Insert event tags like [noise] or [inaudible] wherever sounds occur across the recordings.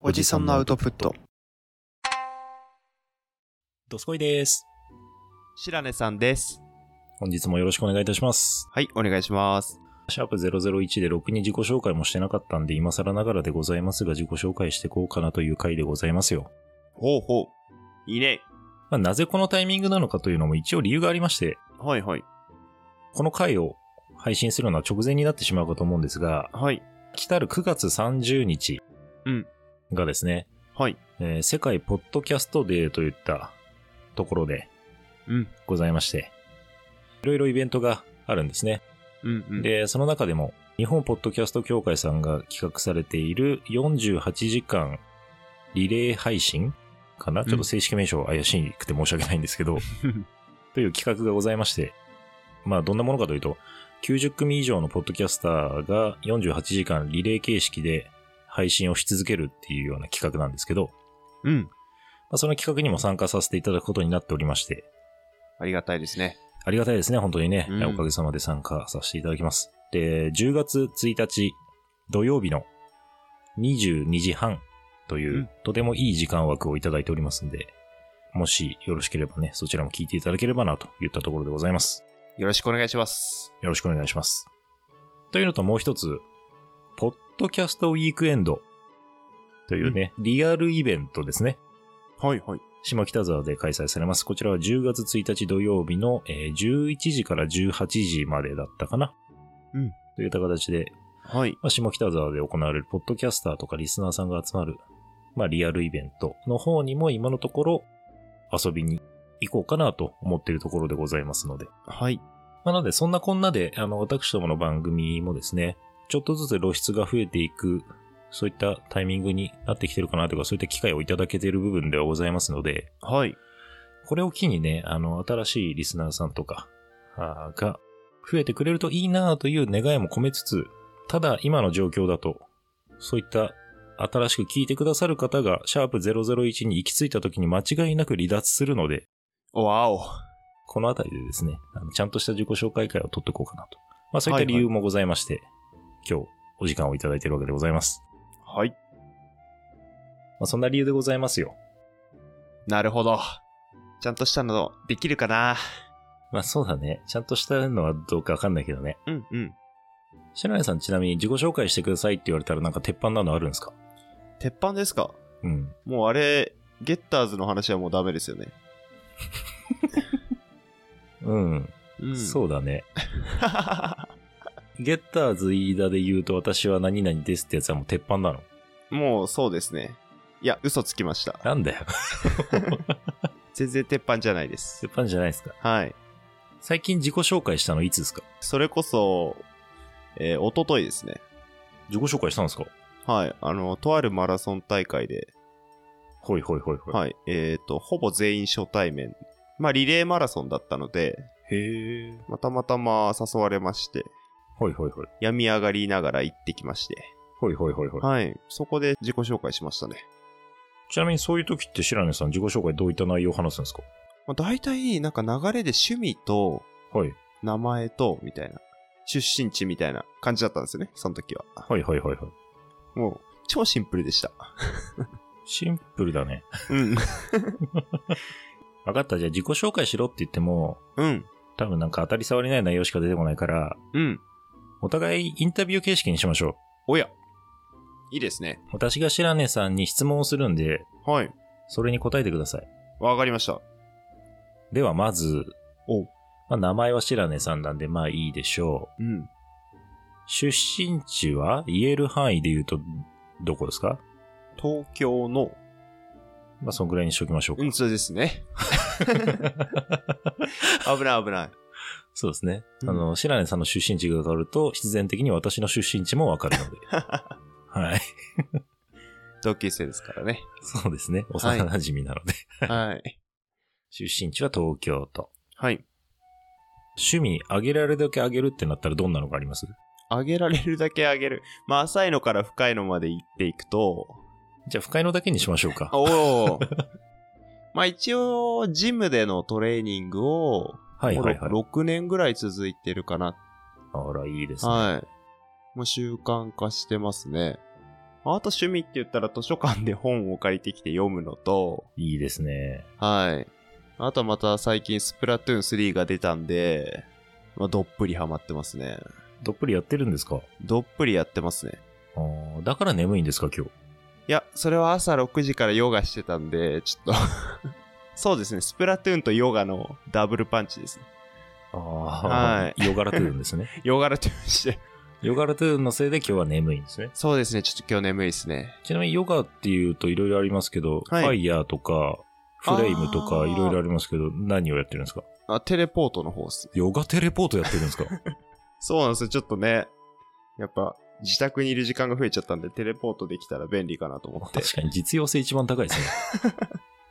おじさんのアウトプット。どすこいです。白根さんです。本日もよろしくお願いいたします。はい、お願いします。シャープ001でろくに自己紹介もしてなかったんで、今更ながらでございますが、自己紹介してこうかなという回でございますよ。ほうほう。いいね。まあ、なぜこのタイミングなのかというのも一応理由がありまして、はいはい。この回を配信するのは直前になってしまうかと思うんですが、はい。来たる9月30日うんがですね、はい。えー世界ポッドキャストデーといったところでうん。ございまして、いろいろイベントがあるんですね。うんうん。、で、その中でも、日本ポッドキャスト協会さんが企画されている48時間リレー配信かな、んちょっと正式名称怪しくて申し訳ないんです [laughs] けど、という企画がございまして、まあ、どんなものかというと、90組以上のポッドキャスターが48時間リレー形式で配信をし続けるっていうような企画なんですけど、うん。まあ、その企画にも参加させていただくことになっておりまして、ありがたいですね。ありがたいですね、本当にね。うんおかげさまで参加させていただきます。で、10月1日土曜日の22時半という、うんとてもいい時間枠をいただいておりますんで、もしよろしければね、そちらも聞いていただければなといったところでございます。よろしくお願いします。よろしくお願いします。というのともう一つ、ポッドキャストウィークエンドというね、リアルイベントですね。はいはい。下北沢で開催されます。こちらは10月1日土曜日の、えー11時から18時までだったかな。うん。といった形で、はい。まあ、下北沢で行われるポッドキャスターとかリスナーさんが集まる、まあ、リアルイベントの方にも今のところ遊びに行こうかなと思っているところでございますので。はい。まあ、なので、そんなこんなで、あの、私どもの番組もですね、ちょっとずつ露出が増えていく、そういったタイミングになってきてるかなというか、そういった機会をいただけている部分ではございますので、はい。これを機にね、あの、新しいリスナーさんとか、あーが増えてくれるといいなという願いも込めつつ、ただ今の状況だと、そういった新しく聞いてくださる方が、シャープ001に行き着いた時に間違いなく離脱するので、わお。このあたりでですね、あのちゃんとした自己紹介会を取っていこうかなと。まあそういった理由もございまして、今日お時間をいただいているわけでございます。はい。まあそんな理由でございますよ。なるほど。ちゃんとしたのできるかなまあそうだね。ちゃんとしたのはどうかわかんないけどね。うんうん。白根さんちなみに自己紹介してくださいって言われたらなんか鉄板なのあるんですか鉄板ですかうん。もうあれ、ゲッターズの話はもうダメですよね。うん。うんそうだね。う。ゲッターズ飯田で言うと私は何々ですってやつはもう鉄板なの。 [laughs] もうそうですね。いや、嘘つきました。なんだよ。 [laughs] 全然鉄板じゃないです鉄。板じゃないですか。はい。最近自己紹介したのいつですかそれこそ、えー、おとといですね。自己紹介したんですかはい。あの、とあるマラソン大会で、ほいほいほいほい。はい。えっ、と、ほぼ全員初対面。まあ、リレーマラソンだったので、へえ。まあたまたま誘われまして、ほいほいほい。病み上がりながら行ってきまして、ほいほいほいほい。はい。そこで自己紹介しましたね。ちなみにそういう時って白根さん自己紹介どういった内容を話すんですかまあ、大体、なんか流れで趣味と、はい。名前と、みたいな、出身地みたいな感じだったんですよね、その時は。はいはいはいはい。もう、超シンプルでした。シンプルだね。うん。 [laughs] 分かった。じゃあ自己紹介しろって言っても、うん。多分なんか当たり障りない内容しか出てこないから、うん。お互いインタビュー形式にしましょう。おや。いいですね。私が白根さんに質問をするんで、はい。それに答えてください。わかりました。ではまず、おまあ、名前は白根さんなんでまあいいでしょう。うん。出身地は言える範囲で言うと、どこですか東京の、まあそのぐらいにしておきましょう [laughs] か。うん、そうですね。危ない危ない。そうですね。うんあの、白根さんの出身地が変わると、必然的に私の出身地もわかる [laughs] ので。はい。同級生ですからね。そうですね。はい幼馴染みなので。はい。出身地は東京都。はい。趣味、あげられるだけあげるってなったらどんなのがありますあげられるだけあげる。まあ、浅いのから深いのまで行っていくと、じゃあ、不快のだけにしましょうか。おお。 [laughs] まあ一応、ジムでのトレーニングを、はいはいはい。 6年ぐらい続いてるかな。あら、いいですね。はい。もう習慣化してますね。あと趣味って言ったら図書館で本を借りてきて読むのと、いいですね。はい。あとまた最近スプラトゥーン3が出たんで、まあ、どっぷりハマってますね。どっぷりやってるんですかどっぷりやってますね。あーだから眠いんですか、今日。いや、それは朝6時からヨガしてたんで、ちょっと。 [laughs] そうですね、スプラトゥーンとヨガのダブルパンチですね。あはあ、ヨガラトゥー [laughs] ンですね。ヨガラトゥーンして。ヨガラトゥーンのせいで今日は眠いんですね。そうですね、ちょっと今日眠いですね。ちなみにヨガっていうといろいろありますけど、はいファイヤーとか、フレイムとあかーいろいろありますけど、何をやってるんですかあ、テレポートの方っすね。ヨガテレポートやってるんです [laughs] かそうなんですよ、ちょっとね。やっぱ、自宅にいる時間が増えちゃったんで、テレポートできたら便利かなと思 [laughs] って。確かに実用性一番高いですね。 [laughs]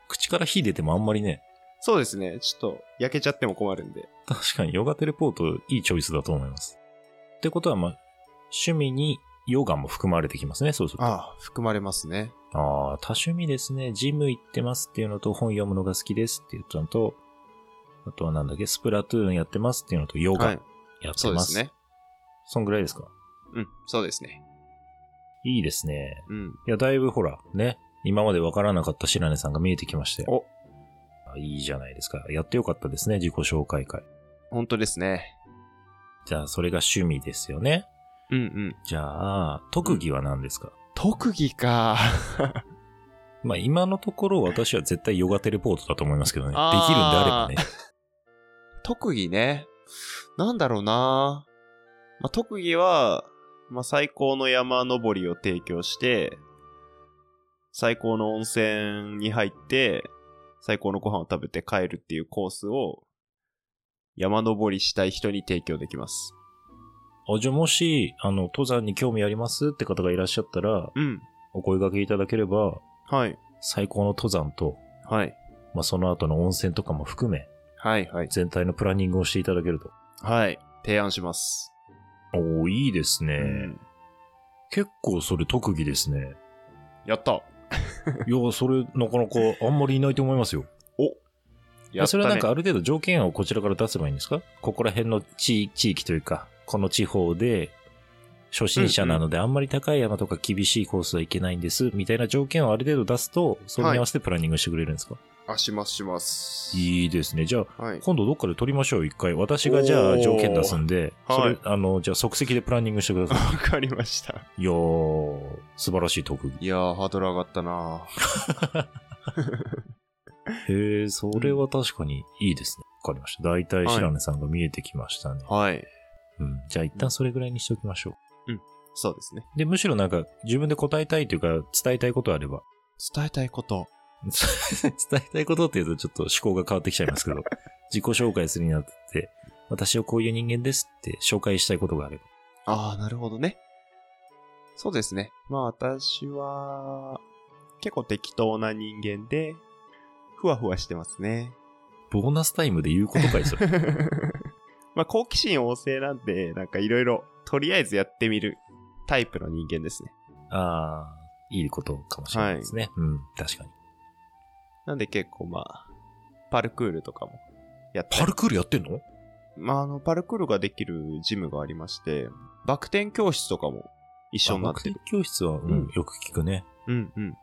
口から火出てもあんまりね、そうですね、ちょっと焼けちゃっても困るんで。確かにヨガテレポートいいチョイスだと思います。ってことは、まあ、趣味にヨガも含まれてきますね、そうすると。あああ、含まれますね。あー、多趣味ですね。ジム行ってますっていうのと、本読むのが好きですっていうのと、あとはなんだっけ、スプラトゥーンやってますっていうのと、ヨガはやっいて、ます。そうですね。そんぐらいですかうん、そうですね。いいですね。うん。いや、だいぶほら、ね、今までわからなかった白根さんが見えてきまして。おあいいじゃないですか。やってよかったですね、自己紹介会。本当ですね。じゃあ、それが趣味ですよね。うんうん。じゃあ、特技は何ですか、特技か。まあ、今のところ私は絶対ヨガテレポートだと思いますけどね。できるんであーあればね。 [laughs] 特技ね。なんだろうな。まあ、特技は、まあ、最高の山登りを提供して、最高の温泉に入って、最高のご飯を食べて帰るっていうコースを、山登りしたい人に提供できます。あじゃあ、もし、あの、登山に興味ありますって方がいらっしゃったら、うん。お声掛けいただければ、はい。最高の登山と、はい。まあ、その後の温泉とかも含め、はい、はい。全体のプランニングをしていただけると。はい。提案します。おーいいですね。うん結構それ特技で [laughs] すね。やった。いや、それなかなかあんまりいないと思いますよ。やった、ね。それはなんかある程度条件をこちらから出せばいいんですかここら辺の地地域というか、この地方で初心者なのであんまり高い山とか厳しいコースはいけないんです、みたいな条件をある程度出すと、それに合わせてプランニングしてくれるんですか、あ、します、します。いいですね。じゃあ、はい。今度どっかで撮りましょう、一回。私がじゃあ条件出すんで、おーそれ、はいあの、じゃあ即席でプランニングしてくださわかりました。 [laughs] い。いやー、素晴らしい特技。いやー、ハードル上がったなへえ、それは確かにいいですね。わかりました。大体白根さんが見えてきましたね。はい。うん。じゃあ一旦それぐらいにしておきましょそうですね。う。で、むしろなんか自分で答えたいというか伝えたいことあれば。 [laughs] 伝えたいこと。伝えたいことっていうとちょっと思考が変わってきちゃいますけど、 [laughs] 自己紹介するにあたって、私はこういう人間ですって紹介したいことがあれば。あー、なるほどね。そうですね。まあ私は、結構適当な人間で、ふわふわしてますね。 [laughs] ボーナスタイムで言うことかいそれ。まあ好奇心旺盛なんで、なんかいろいろ、とりあえずやってみるタイプの人間ですね。ああ、いいことかもしれないですね。うん、確かに。なんで結構まあ、パルクールとかもやったりパルクールやってんのまあ、あの、パルクールができるジムがありまして、バク転教室とかも一緒になってる。あ教室は、うんうんよく聞くね。うんうん。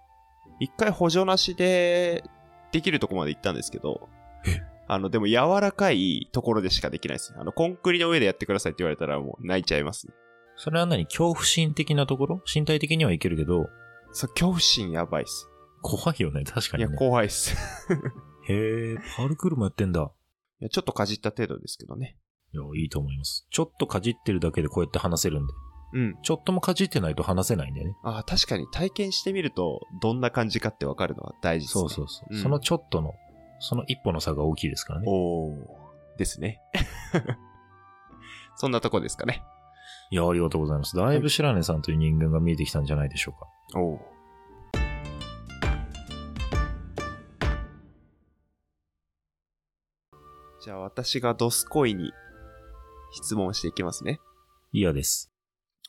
一回補助なしでできるとこまで行ったんですけどえ、あの、でも柔らかいところでしかできないですね。あの、コンクリの上でやってくださいって言われたらもう泣いちゃいますね。それは何恐怖心的なところ身体的にはいけるけど、そう、恐怖心やばいっす。怖いよね、確かいにや、ね。怖いっす。 [laughs] へえ、パルクールもやってんだ。いや、ちょっとかじった程度ですけどね。いや、いいと思います。ちょっとかじってるだけでこうやって話せるんで。うん。ちょっともかじってないと話せないんだよね。ああ、確かに体験してみると、どんな感じかってわかるのは大事ですね。そうそうそう。うんそのちょっとの、その一歩の差が大きいですからね。おー、ですね。 [laughs] そんなとこですかね。いや、ありがとうございます。だいぶ白根さんという人間が見えてきたんじゃないでしょうか。おー。じゃあ私がドスコイに質問していきますね。嫌です。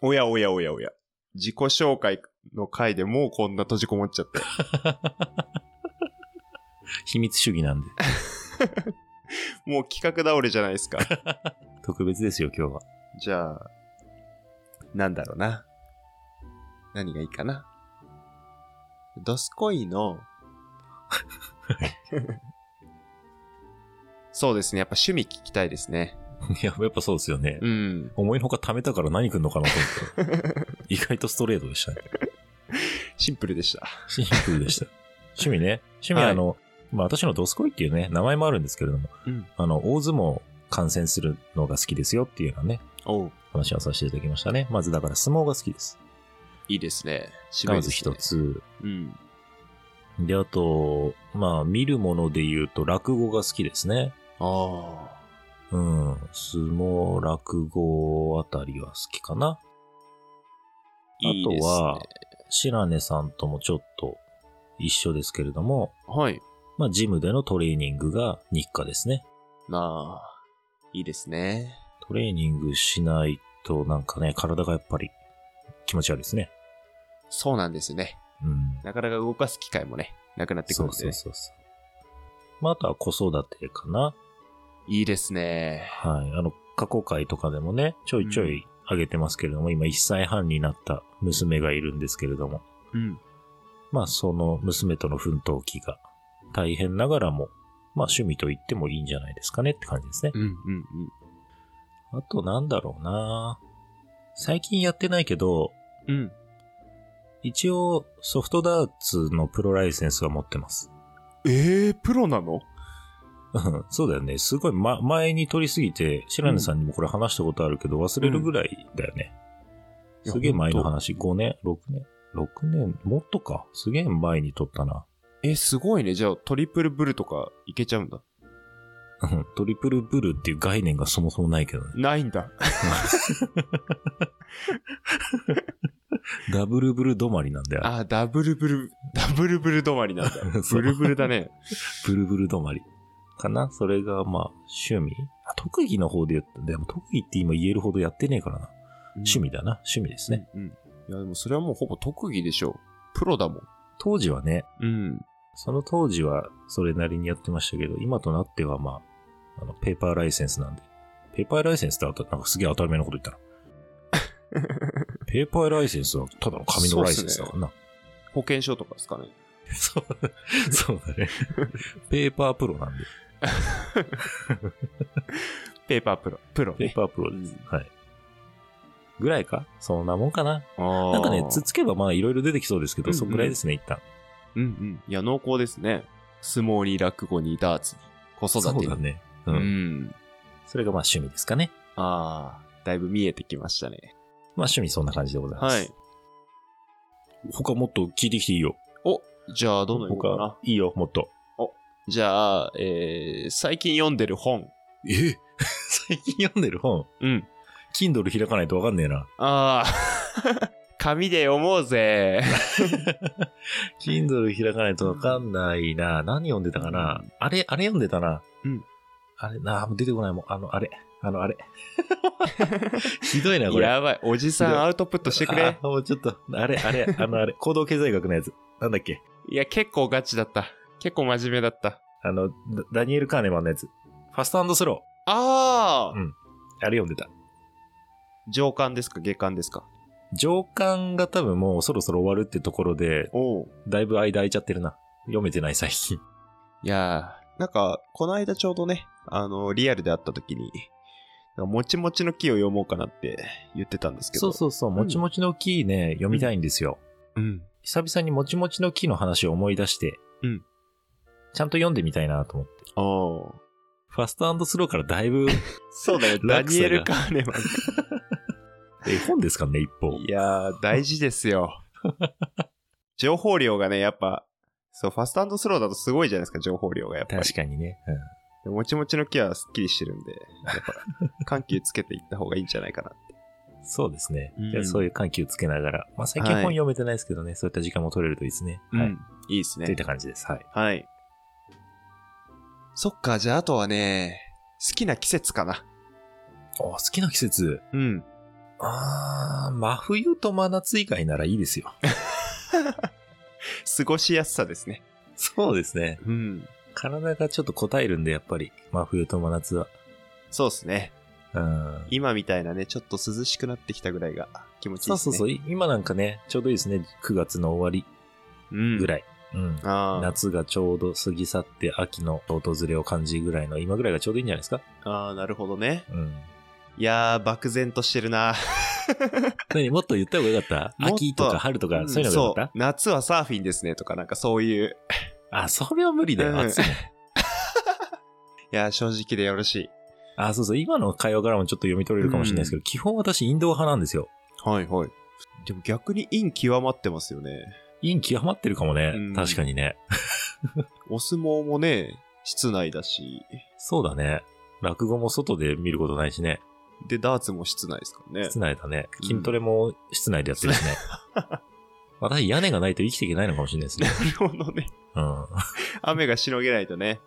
おやおやおやおや。自己紹介の回でもうこんな閉じこもっちゃって。秘密主義 [laughs] なんで。 [laughs] もう企画倒れじゃないですか。特別ですよ、今日は。じゃあ、なんだろうな。何がいいかな。どすこいの。 [laughs] そうですね。やっぱ趣味聞きたいですね。いや、やっぱそうですよね。うん。思いのほか貯めたから何来んのかなと [laughs] 思って。意外とストレートでしたね。シンプルでした。シンプルで [laughs] した。趣味ね。趣味はあの、まあ私のドスコイっていうね、名前もあるんですけれども、うんあの、大相撲観戦するのが好きですよっていうのはね、おう。話をさせていただきましたね。まずだから相撲が好きです。いいですね。渋いまでずすね一。つ。うん。で、あと、まあ見るもので言うと落語が好きですね。ああ。うん。相撲、落語あたりは好きかな。いいですね。あとは白根さんともちょっと一緒ですけれども、はい。まあジムでのトレーニングが日課ですね。まあ、いいですね。トレーニングしないとなんかね、体がやっぱり気持ち悪いですね。そうなんですよね。うん。なかなか動かす機会もね、なくなってくそるうんでそねう。そうそう。まあ、あとは子育てかな。いいですね。はい。あの、過去回とかでもね、ちょいちょい上げてますけれども、今1歳半になった娘がいるんですけれども、うん。まあ、その娘との奮闘期が大変ながらも、まあ、趣味と言ってもいいんじゃないですかねって感じですね。うんうんうん。あと、なんだろうな最近やってないけど、うん。一応、ソフトダーツのプロライセンスは持ってます。 [laughs] ええプロなのうんそうだよね。すごい、ま、前に取りすぎて、白根さんにもこれ話したことあるけど、忘れるぐらいだよね。うんすげえ前のいや話。5年 ?6 年 ?6 年もっとか。すげえ前に取ったな。 [laughs] え、すごいね。じゃあ、トリプルブルとかいけちゃうんだ。うんトリプルブルっていう概念がそもそもないけどね。ないんだ。ダブルブル止まりなんだよ。あ、ダブルブル、ダブルブル止まりなんだ。 [laughs] そブうルブルだね。ブルブル止まり。かなそれが、まあ、趣味あ特技の方で言ったでも特技って今言えるほどやってねえからな。趣味でだな。趣味ですね。。うん。いや、でもそれはもうほぼ特技でしょ。プロだもん。当時はね、うん。その当時はそれなりにやってましたけど、今となってはまあ、あの、ペーパーライセンスなんで。ペーパーライセンスってあたなんかすげえ当たり前のこと言 [laughs] ったな。ペーパーライセンスはただの紙のライセンスだからな。保険証とかですかね。そうそうだね。ペーパープロなんで。ペーパープロ。プロペーね。パープロです。はい。ぐらいかそんなもんかな。あーなんかね、つつけばまあいろいろ出てきそうですけうんうど、んそんぐらいですね、一旦。うんうん。いや、濃厚ですね。相撲に落語にダーツに子育てに。うだね。う。うんん。それがまあ趣味ですかね。ああ、だいぶ見えてきましたね。まあ趣味そんな感じでございます。はい。他もっと聞いてきていいよ。お、じゃあ、どんどん行こうか他な。、いいよ、もっと。じゃあ、えー、最近読んでる本。え [laughs] 最近読んでる本、うん。 Kindle 開かないとわかんねえな。ああ、 [laughs] 紙で読もうぜ。 Kindle 開かないとわかんないな。何読んでたかな。あれ、あれ読んでたな。うん。あれ、なあ、もう出てこないもん。あの、あれ、[laughs] あの、あれ。ひどいな、これ。やばい、おじさひどんいアウトプットしてくれあ。もうちょっと、あれ、あれ、あの、[laughs] あれ、行動経済学のやつ。なんだっけ。いや、結構ガチだった。結構真面目だった。あの、ダダニエル・カーネマンのやつ。ファストスロああ、うんー。あれ読んでた。上巻ですか、下巻ですか。上巻が多分もうそろそろ終わるってところで、おお。だいぶ間空いちゃってるな。読めてない最近。いやー、なんか、この間ちょうどね、あの、リアルで会った時に、なんかもちもちの木を読もうかなって言ってたんですけど。そうそうそう、もちもちの木ね、読みたいんですよ。う。うん。久々にもちもちの木の話を思い出して、うんちゃんと読んでみたいなと思って。ああ。ファストスローからだいぶ、 [laughs] そうだよ、ダ [laughs] 落差がニエル・カーネマン。え本ですかね、一方。いやー、大事です [laughs] よ。情報量がね、やっぱ、そう、ファストスローだとすごいじゃないですか、情報量がやっぱり。確かにね。うんでもちもちの木はスッキリしてるんで、やっ [laughs] ぱ、緩急つけていった方がいいんじゃないかなって。そうですね。うんじゃあそういう緩急つけながら。まあ最近はい本読めてないですけどね、そういった時間も取れるといいですね。はい。い。いいですといっね。た感じです。はい。はい。そっか、じゃああとはね、好きな季節かな。お好きな季節。うん。あー、真冬と真夏以外ならいいですよ。過ごしやすさですね。そうですね。うん。体がちょっと応えるんで、やっぱり。真冬と真夏は。そうですね。うん。今みたいなね、ちょっと涼しくなってきたぐらいが気持ちいいそでうすそうね。そう。今なんかね、ちょうどいいですね。9月の終わり。うん。ぐい。らい。うん。あー夏がちょうど過ぎ去って秋の訪れを感じるぐらいの今ぐらいがちょうどいいんじゃないですかあー、なるほどね。うん。いやー、漠然としてるな。何もっと言った方がよかった [laughs] もっと秋とか春とか、そういうのがよかっそう夏はサーフィンですねとか、なんかそういう。たあ、それは無理だうよ、ん暑 [laughs] いもん。いやー、正直でよろしい。あ、そうそう、今の会話からもちょっと読み取れるかもしれないですけど、基本私インドア派なんですよ。はいはい。でも逆に陰極まってますよね。陰極まってるかもね。うん確かにね。お相撲もね、室内だし、そうだね。落語も外で見ることないしね。で、ダーツも室内ですからね。室内だね。うん筋トレも室内でやって [laughs] るしね。私、屋根がないと生きていけないのかもしれないですね。 [laughs] なるほどね。うん。雨がしのげないとね。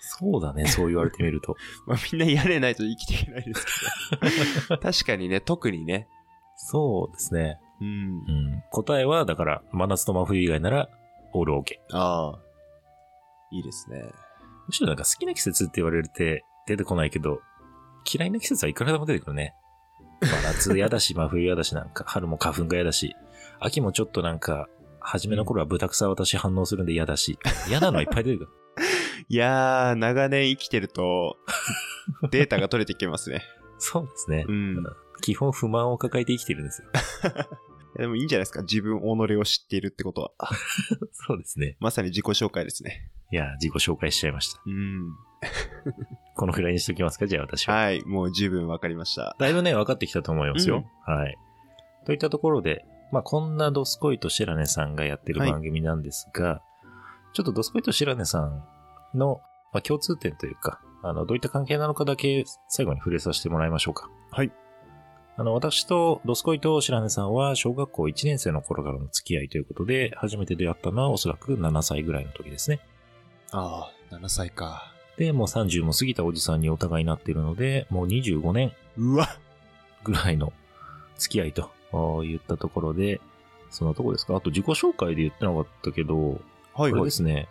そうだね、そう言われてみると。まあみんな屋根ないと生きていけないです [laughs] けど。確かにね、特にね。そうですね。うんう。ん。答えは、だから、真夏と真冬以外なら、オールオーケー。ああ。いいですね。むしろなんか好きな季節って言われて出てこないけど、嫌いな季節はいくらでも出てくるね。まあ夏嫌 [laughs] だし、真冬嫌だし、なんか春も花粉が嫌だし、秋もちょっとなんか、初めの頃はブタクサ私反応するんで嫌だし、嫌なのはいっぱい出てくる。いやー、長年生きてる [laughs] と、データが取れてきますね。そうですねう。ん。基本不満を抱えて生きてるん [laughs] ですよ。いやでもいいんじゃないですか。自分、己を知っているってことは。そうですね。まさに自己紹介ですね。いや、自己紹介しちゃいました。うん。このくらいにしときますか、じゃあ私は。はい、もう十分わかりました。だいぶね、分かってきたと思いますよ。はい。といったところで、まあ、こんなドスコイとシェラネさんがやってるはい番組なんですが、ちょっとドスコイとシェラネさんの、まあ、共通点というか、あの、どういった関係なのかだけ最後に触れさせてもらいましょうか。はい。あの、私とドスコイとシェラネさんは小学校1年生の頃からの付き合いということで、初めて出会ったのはおそらく7歳ぐらいの時ですね。ああ、7歳か。で、もう30も過ぎたおじさんにお互いになっているので、もう25年うわぐらいの付き合いと言ったところで、そのとこですか。あと自己紹介で言ってなかったけど、はこいれはいで。すね、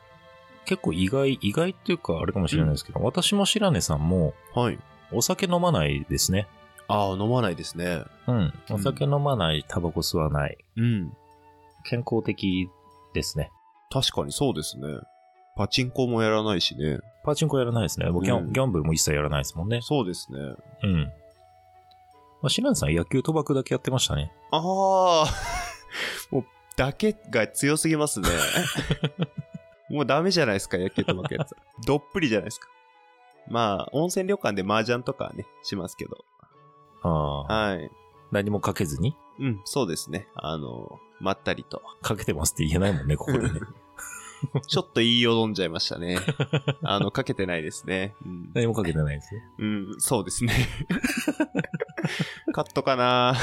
結構意外、意外っていうかあれかもしれないですけど、私も白根さんもはい。お酒飲まないですね。ああ、飲まないですね。うん。うんお酒飲まない、タバコ吸わない、うん。健康的ですね。確かにそうですね。パチンコもやらないしね。パチンコやらないですね。僕ギャンうんギャンブルも一切やらないですもんね。そうですね。うん。まあ、白根さん野球賭博だけやってましたね。ああ、 [laughs] もう、だけが強すぎ [laughs] ますね。もうダメじゃないですか、野球と負けや [laughs] つ。どっぷりじゃないですか。まあ、温泉旅館で麻雀とかはね、しますけど。ああ。はい。何もかけずにうん、そうですね。あの、まったりと。かけてますって言えないもんね、ここでね。ちょっと言いよどんじゃいました [laughs] ね。あの、かけてないですね。うん何もかけてないですね。うん、そうですね。カットかなな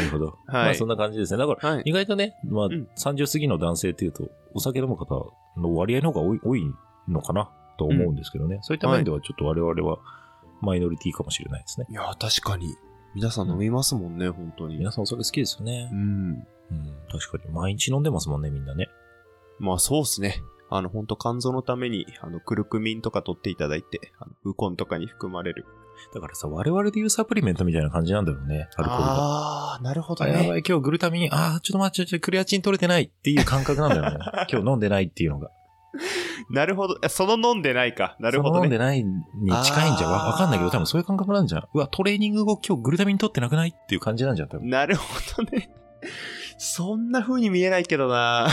るほど。まあそんな感じですね。だから、はい。意外とね、まあ、ん30過ぎの男性っていうと、お酒飲む方の割合の方が多い多いのかなと思うんですけどね。そういった面では、ちょっと我々はマイノリティかもしれないですね。いや、確かに。皆さん飲みますもんね、本当に皆。さんお酒好きですよねう。ん。うん、確かに。毎日飲んでますもんね、みんなね。まあ、そうっすね。あの、本当肝臓のために、あの、クルクミンとか取っていただいて、あのウコンとかに含まれる。だからさ、我々でいうサプリメントみたいな感じなんだろうね、アルコールが。あー、なるほどあやばね。い、今日グルタミン、あー、ちょっと待って、ちょっとクレアチン取れてないっていう感覚なんだよね。今日飲んでないっていうのが。なるほど。あその飲んでないか。なるほそのど飲んでね。ないに近いんじゃわあーわかんないけど、多分そういう感覚なんじゃん。うわ、トレーニング後今日グルタミン取ってなくないっていう感じなんじゃん、多分。なるほどね。そんな風に見えないけどな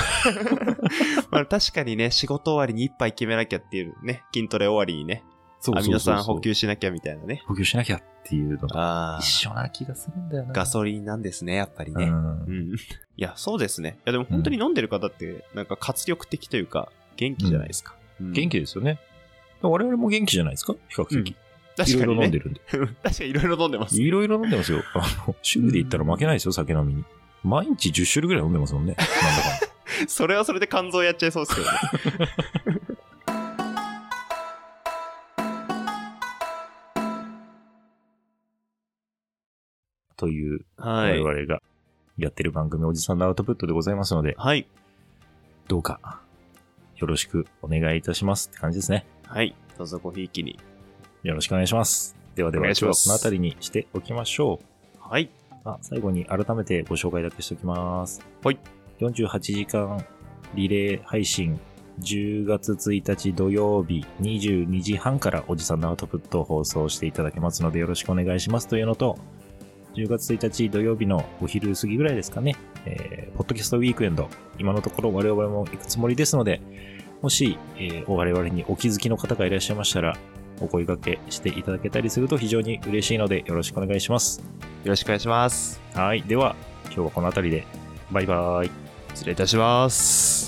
[laughs] まあ確かにね、仕事終わりに一杯決めなきゃっていうね、筋トレ終わりにね、そアミノ酸補。給しなきゃみたいなね。補給しなきゃっていうのがあ一緒な気がするんだよな。ガソリンなんですね、やっぱりうね。んう。ん。いや、そうですね。いや、でも本当に飲んでる方って、なんか活力的というか、元気じゃないですか。うん元気ですよね。我々も元気じゃないですか比較的。い確かろいにろ飲んねで。るんで。 [laughs] 確かにいろいろ飲んでます。いろいろ飲んでますよ。あの、週で言ったら負けないですよ、酒飲みに。毎日10種類ぐらい飲んでますもんね。なんだ [laughs] かんだそれはそれで肝臓やっちゃいそうですけどね。という、は [laughs] 我い。々がやってる番組、おじさんのアウトプットでございますので、はい。どうか、よろしくお願いいたしますって感じですね。はい。どうぞごひいきに。よろしくお願いします。ではでおは、願今いし日まはすこの辺りにしておきましょう。はい。あ最後に改めてご紹介だけしておきます。はい。 48時間リレー配信、10月1日土曜日22時半からおじさんのアウトプットを放送していただけますのでよろしくお願いしますというのと、10月1日土曜日のお昼過ぎぐらいですかね、えーポッドキャストウィークエンド、今のところ我々も行くつもりですので、もし、えー我々にお気づきの方がいらっしゃいましたら、お声掛けしていただけたりすると非常に嬉しいのでよろしくお願いします。ろしくお願いします。はい。では、今日はこの辺りで、バイバイ。失礼いたします。